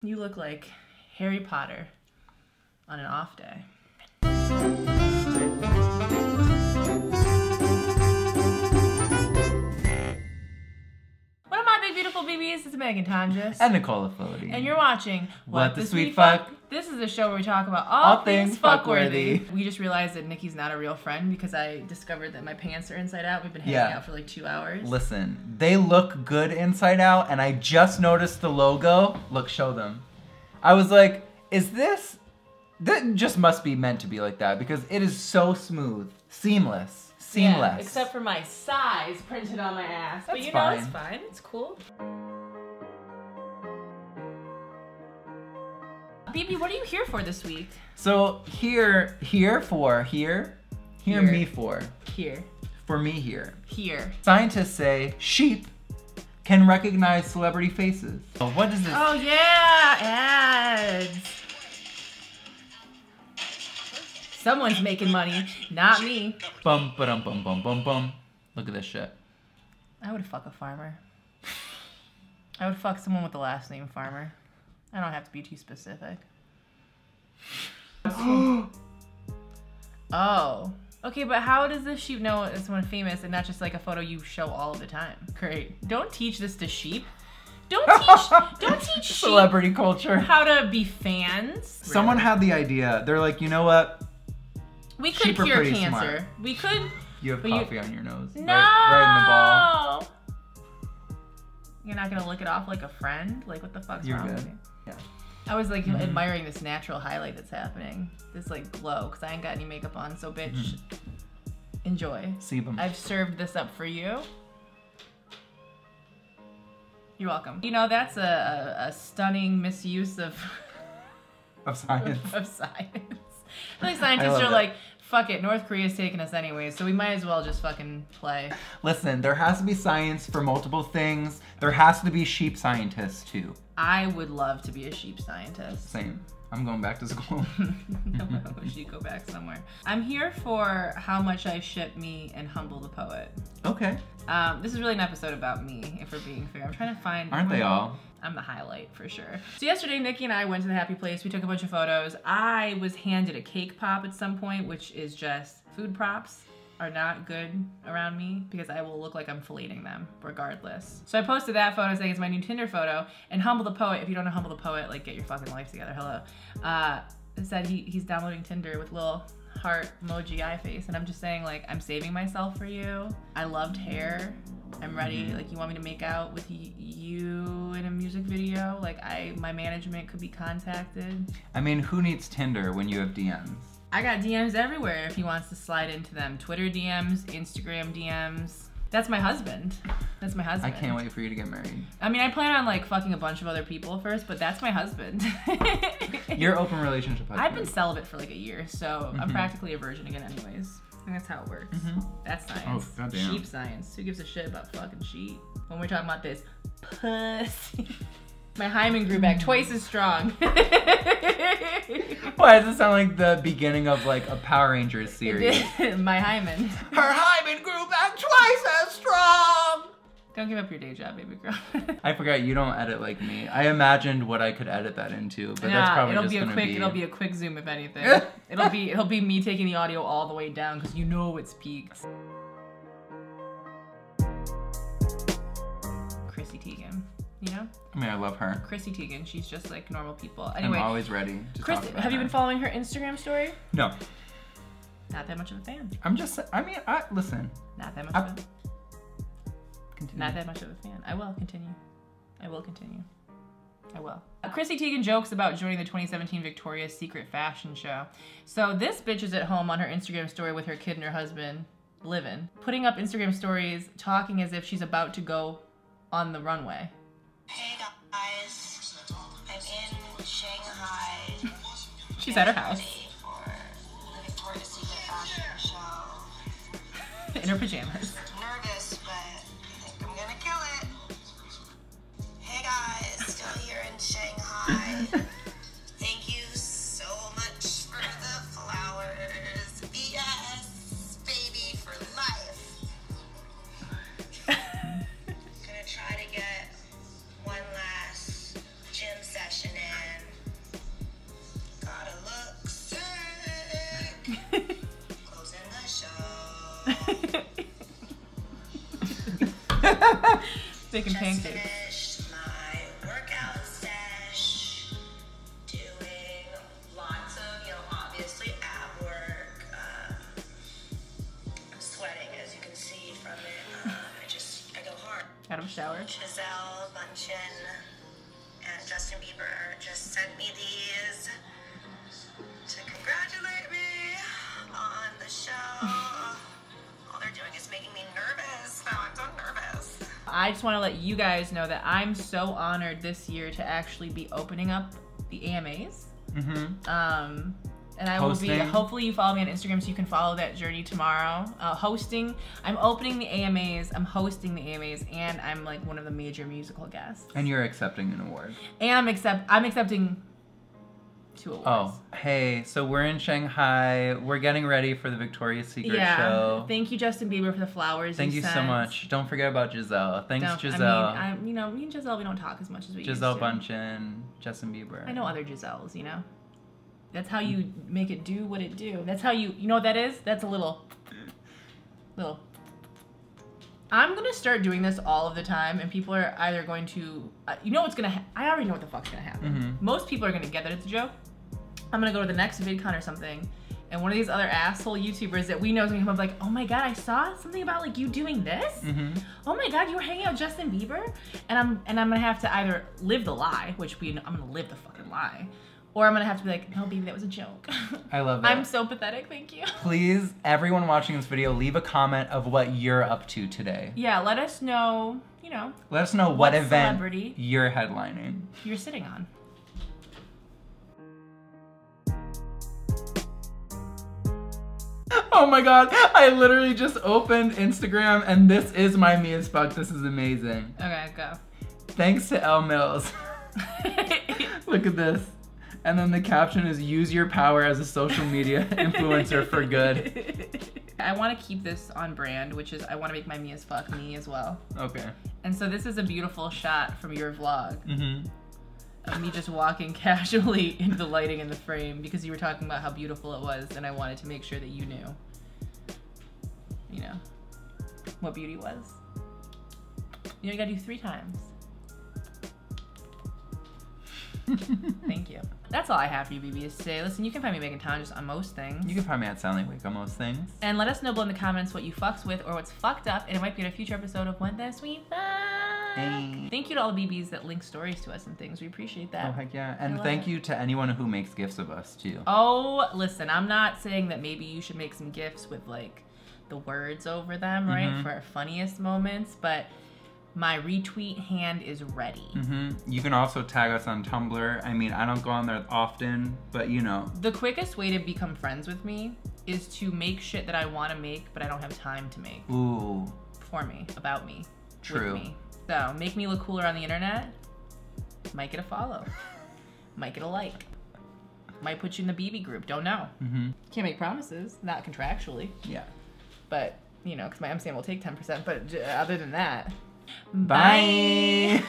You look like Harry Potter on an off day. What up, my big beautiful BBs? It's Megan Tonjes. and Nicola Floaty. And you're watching What the Sweet Fuck. This is a show where we talk about all, All things, things fuckworthy. fuckworthy. We just realized that Nikki's not a real friend because I discovered that my pants are inside out. We've been hanging Yeah. out for like two hours. Listen, they look good inside out, and I just noticed the logo. Look, show them. I was like, is this. That just must be meant to be like that because it is so smooth, seamless, Yeah, seamless. except for my size printed on my ass. but That's you know, it's fine. fine. It's cool. BB, what are you here for this week? so here, here for here, here, Here. me for Here. for me here. Here. Scientists say sheep can recognize celebrity faces. Oh, What is this? Oh, yeah! Ads! Someone's making money, not me. Bum ba-dum bum bum bum bum. Look at this shit. I would fuck a farmer. I would fuck someone with the last name Farmer. I don't have to be too specific. Oh. Okay, but how does this sheep know it's someone famous and not just like a photo you show all the time? Great. Don't teach this to sheep. Don't teach don't teach sheep Celebrity culture. how to be fans. Someone had the idea. They're like, you know what? we could sheep are cure pretty cancer. smart. We could You have But you- coffee on your nose. No Right, You're not gonna lick it off like a friend? Like what the fuck's You're wrong good. Mm-hmm. with me? right in the ball. I was like admiring this natural highlight that's happening, this like glow, because I ain't got any makeup on. So, bitch, Mm-hmm. enjoy. See them. I've served this up for you. You're welcome. You know that's a, a, a stunning misuse of Of science. of science. Like scientists love are it. like, fuck it, North Korea's taking us anyway, so we might as well just fucking play. Listen, there has to be science for multiple things. There has to be sheep scientists too. I would love to be a sheep scientist. Same. I'm going back to school. we should go back somewhere. I'm here for how much I ship me and humble the poet. okay. Um, this is really an episode about me, if we're being fair. I'm trying to find. Aren't they all? I'm the highlight for sure. So yesterday, Nikki and I went to the happy place. We took a bunch of photos. I was handed a cake pop at some point, which is just food props are not good around me because I will look like I'm filleting them regardless. So I posted that photo saying it's my new Tinder photo. And humble the poet. If you don't know humble the poet, like get your fucking life together. Hello. Uh, said he he's downloading Tinder with little heart emoji eye face, and I'm just saying like I'm saving myself for you. I loved hair. I'm ready. Mm-hmm. Like you want me to make out with y- you in a music video? Like I my management could be contacted. I mean, who needs Tinder when you have DMs? I got DMs everywhere if he wants to slide into them. Twitter DMs, Instagram DMs. That's my husband. That's my I husband. can't wait for you to get married. I mean, I plan on like fucking a bunch of other people first, but that's my husband. Your open relationship. I've been husband. celibate for like a year, so I'm Mm-hmm. practically a virgin again, anyways. And that's how it works. That's science. Oh, goddamn. Sheep science. Who gives a shit about fucking sheep? When we're talking about this pussy. My hymen grew back twice as strong. Why does it sound like the beginning of like a Power Rangers series? My hymen. Her hymen grew back twice as strong. Don't give up your day job, baby girl. I forgot you don't edit like me. I imagined what I could edit that into, but that's Nah, probably it'll just be a gonna quick. be. It'll be a quick zoom if anything. it'll be it'll be me taking the audio all the way down because you know it's peaked. Chrissy Teigen, you know I mean, I love her. Chrissy Teigen. She's just like normal people. I'm Anyway, always ready. To Chris, talk about have you her. been following her Instagram story? No, Not that much of a fan. I'm just. I mean, I listen. Not that much. I- of a, Continue. not that much of a fan. I will continue. I will continue. I will. Uh, Chrissy Teigen jokes about joining the 2017 Victoria's Secret fashion show. So this bitch is at home on her Instagram story with her kid and her husband, living, putting up Instagram stories, talking as if she's about to go on the runway. Hey guys, I'm in Shanghai She's at her house today for the Victoria's Secret fashion show. in her pajamas. Nervous, but I think I'm gonna kill it. Hey guys, still here in Shanghai. Thank you so much for the flowers. BS, baby for life. gonna try to get one last gym session in. Bacon Just pancakes. finished my workout sesh. Doing lots of, you know, obviously ab work. Um, I'm sweating, as you can see from it. Um, I just, I go hard. Out of a shower. Giselle Bundchen and Justin Bieber just sent me these to congratulate me on the show. All they're doing is making me nervous. Now I'm so nervous. I just want to let you guys know that I'm so honored this year to actually be opening up the AMAs. Mm-hmm. Um, and I will be. Hosting. Hopefully, you follow me on Instagram so you can follow that journey tomorrow. Uh, hosting. I'm opening the AMAs. I'm hosting the AMAs, and I'm like one of the major musical guests. And you're accepting an award. And I'm accept. I'm accepting two awards. Oh, hey, so we're in Shanghai. We're getting ready for the Victoria's Secret yeah. show. Thank you, Justin Bieber, for the flowers. Thank you so sent. much. Don't forget about Giselle. Thanks, Don't- Giselle. I mean, I, you know, me and Giselle, we don't talk as much as we Giselle used to. Bundchen, Justin Bieber. I know other Giselles, you know. That's how you make it do what it do. That's how you you know what that is? That's a little little I'm gonna start doing this all of the time, and people are either going to, uh, you know what's gonna. Ha- I already know what the fuck's gonna happen. Mhm. Most people are gonna get that it's a joke. I'm gonna go to the next VidCon or something, and one of these other asshole YouTubers that we know is gonna come up like, oh my god, I saw something about like you doing this. Mhm. Oh my god, you were hanging out with Justin Bieber, and I'm and I'm gonna have to either live the lie, which we I'm gonna live the fucking lie, or I'm gonna have to be like, no, baby, that was a joke. I love it. I'm so pathetic. Thank you. Please, everyone watching this video, leave a comment of what you're up to today. Yeah, let us know. You know, Let us know what, What event celebrity? you're headlining. you're sitting on. Oh my god, I literally just opened Instagram and this is my me as fuck. This is amazing. Okay, go. Thanks to L Mills. Look at this. And then the caption is use your power as a social media influencer for good. I want to keep this on brand, which is I want to make my me as fuck me as well. Okay. And so this is a beautiful shot from your vlog Mm-hmm. of me just walking casually into the lighting in the frame because you were talking about how beautiful it was, and I wanted to make sure that you knew, you know, what beauty was. You know, you gotta do three times. Hmm. Thank you. That's all I have for you, BBs, today. Listen, you can find me making time just on most things. You can find me at Soundly Wake on most things. And let us know below in the comments what you fucks with or what's fucked up, and it might be in a future episode of When This We Fuck. Hey. Thank you to all the BBs that link stories to us and things. We appreciate Oh that. heck yeah. I And love thank it. you to anyone who makes gifts of us too. Oh, listen, I'm not saying that maybe you should make some gifts with like the words over them, right? Mhm. For our funniest moments, but my retweet hand is ready. hmm You can also tag us on Tumblr. I mean, I don't go on there often, but you know. The quickest way to become friends with me is to make shit that I want to make, but I don't have time to make Ooh, for me, about me, True. with me. So make me look cooler on the internet. Might get a follow. Might get a like. Might put you in the BB group. Don't know. hmm Can't make promises, not contractually. yeah. but you know, because my MCM will take 10%. But j- other than that, Bye.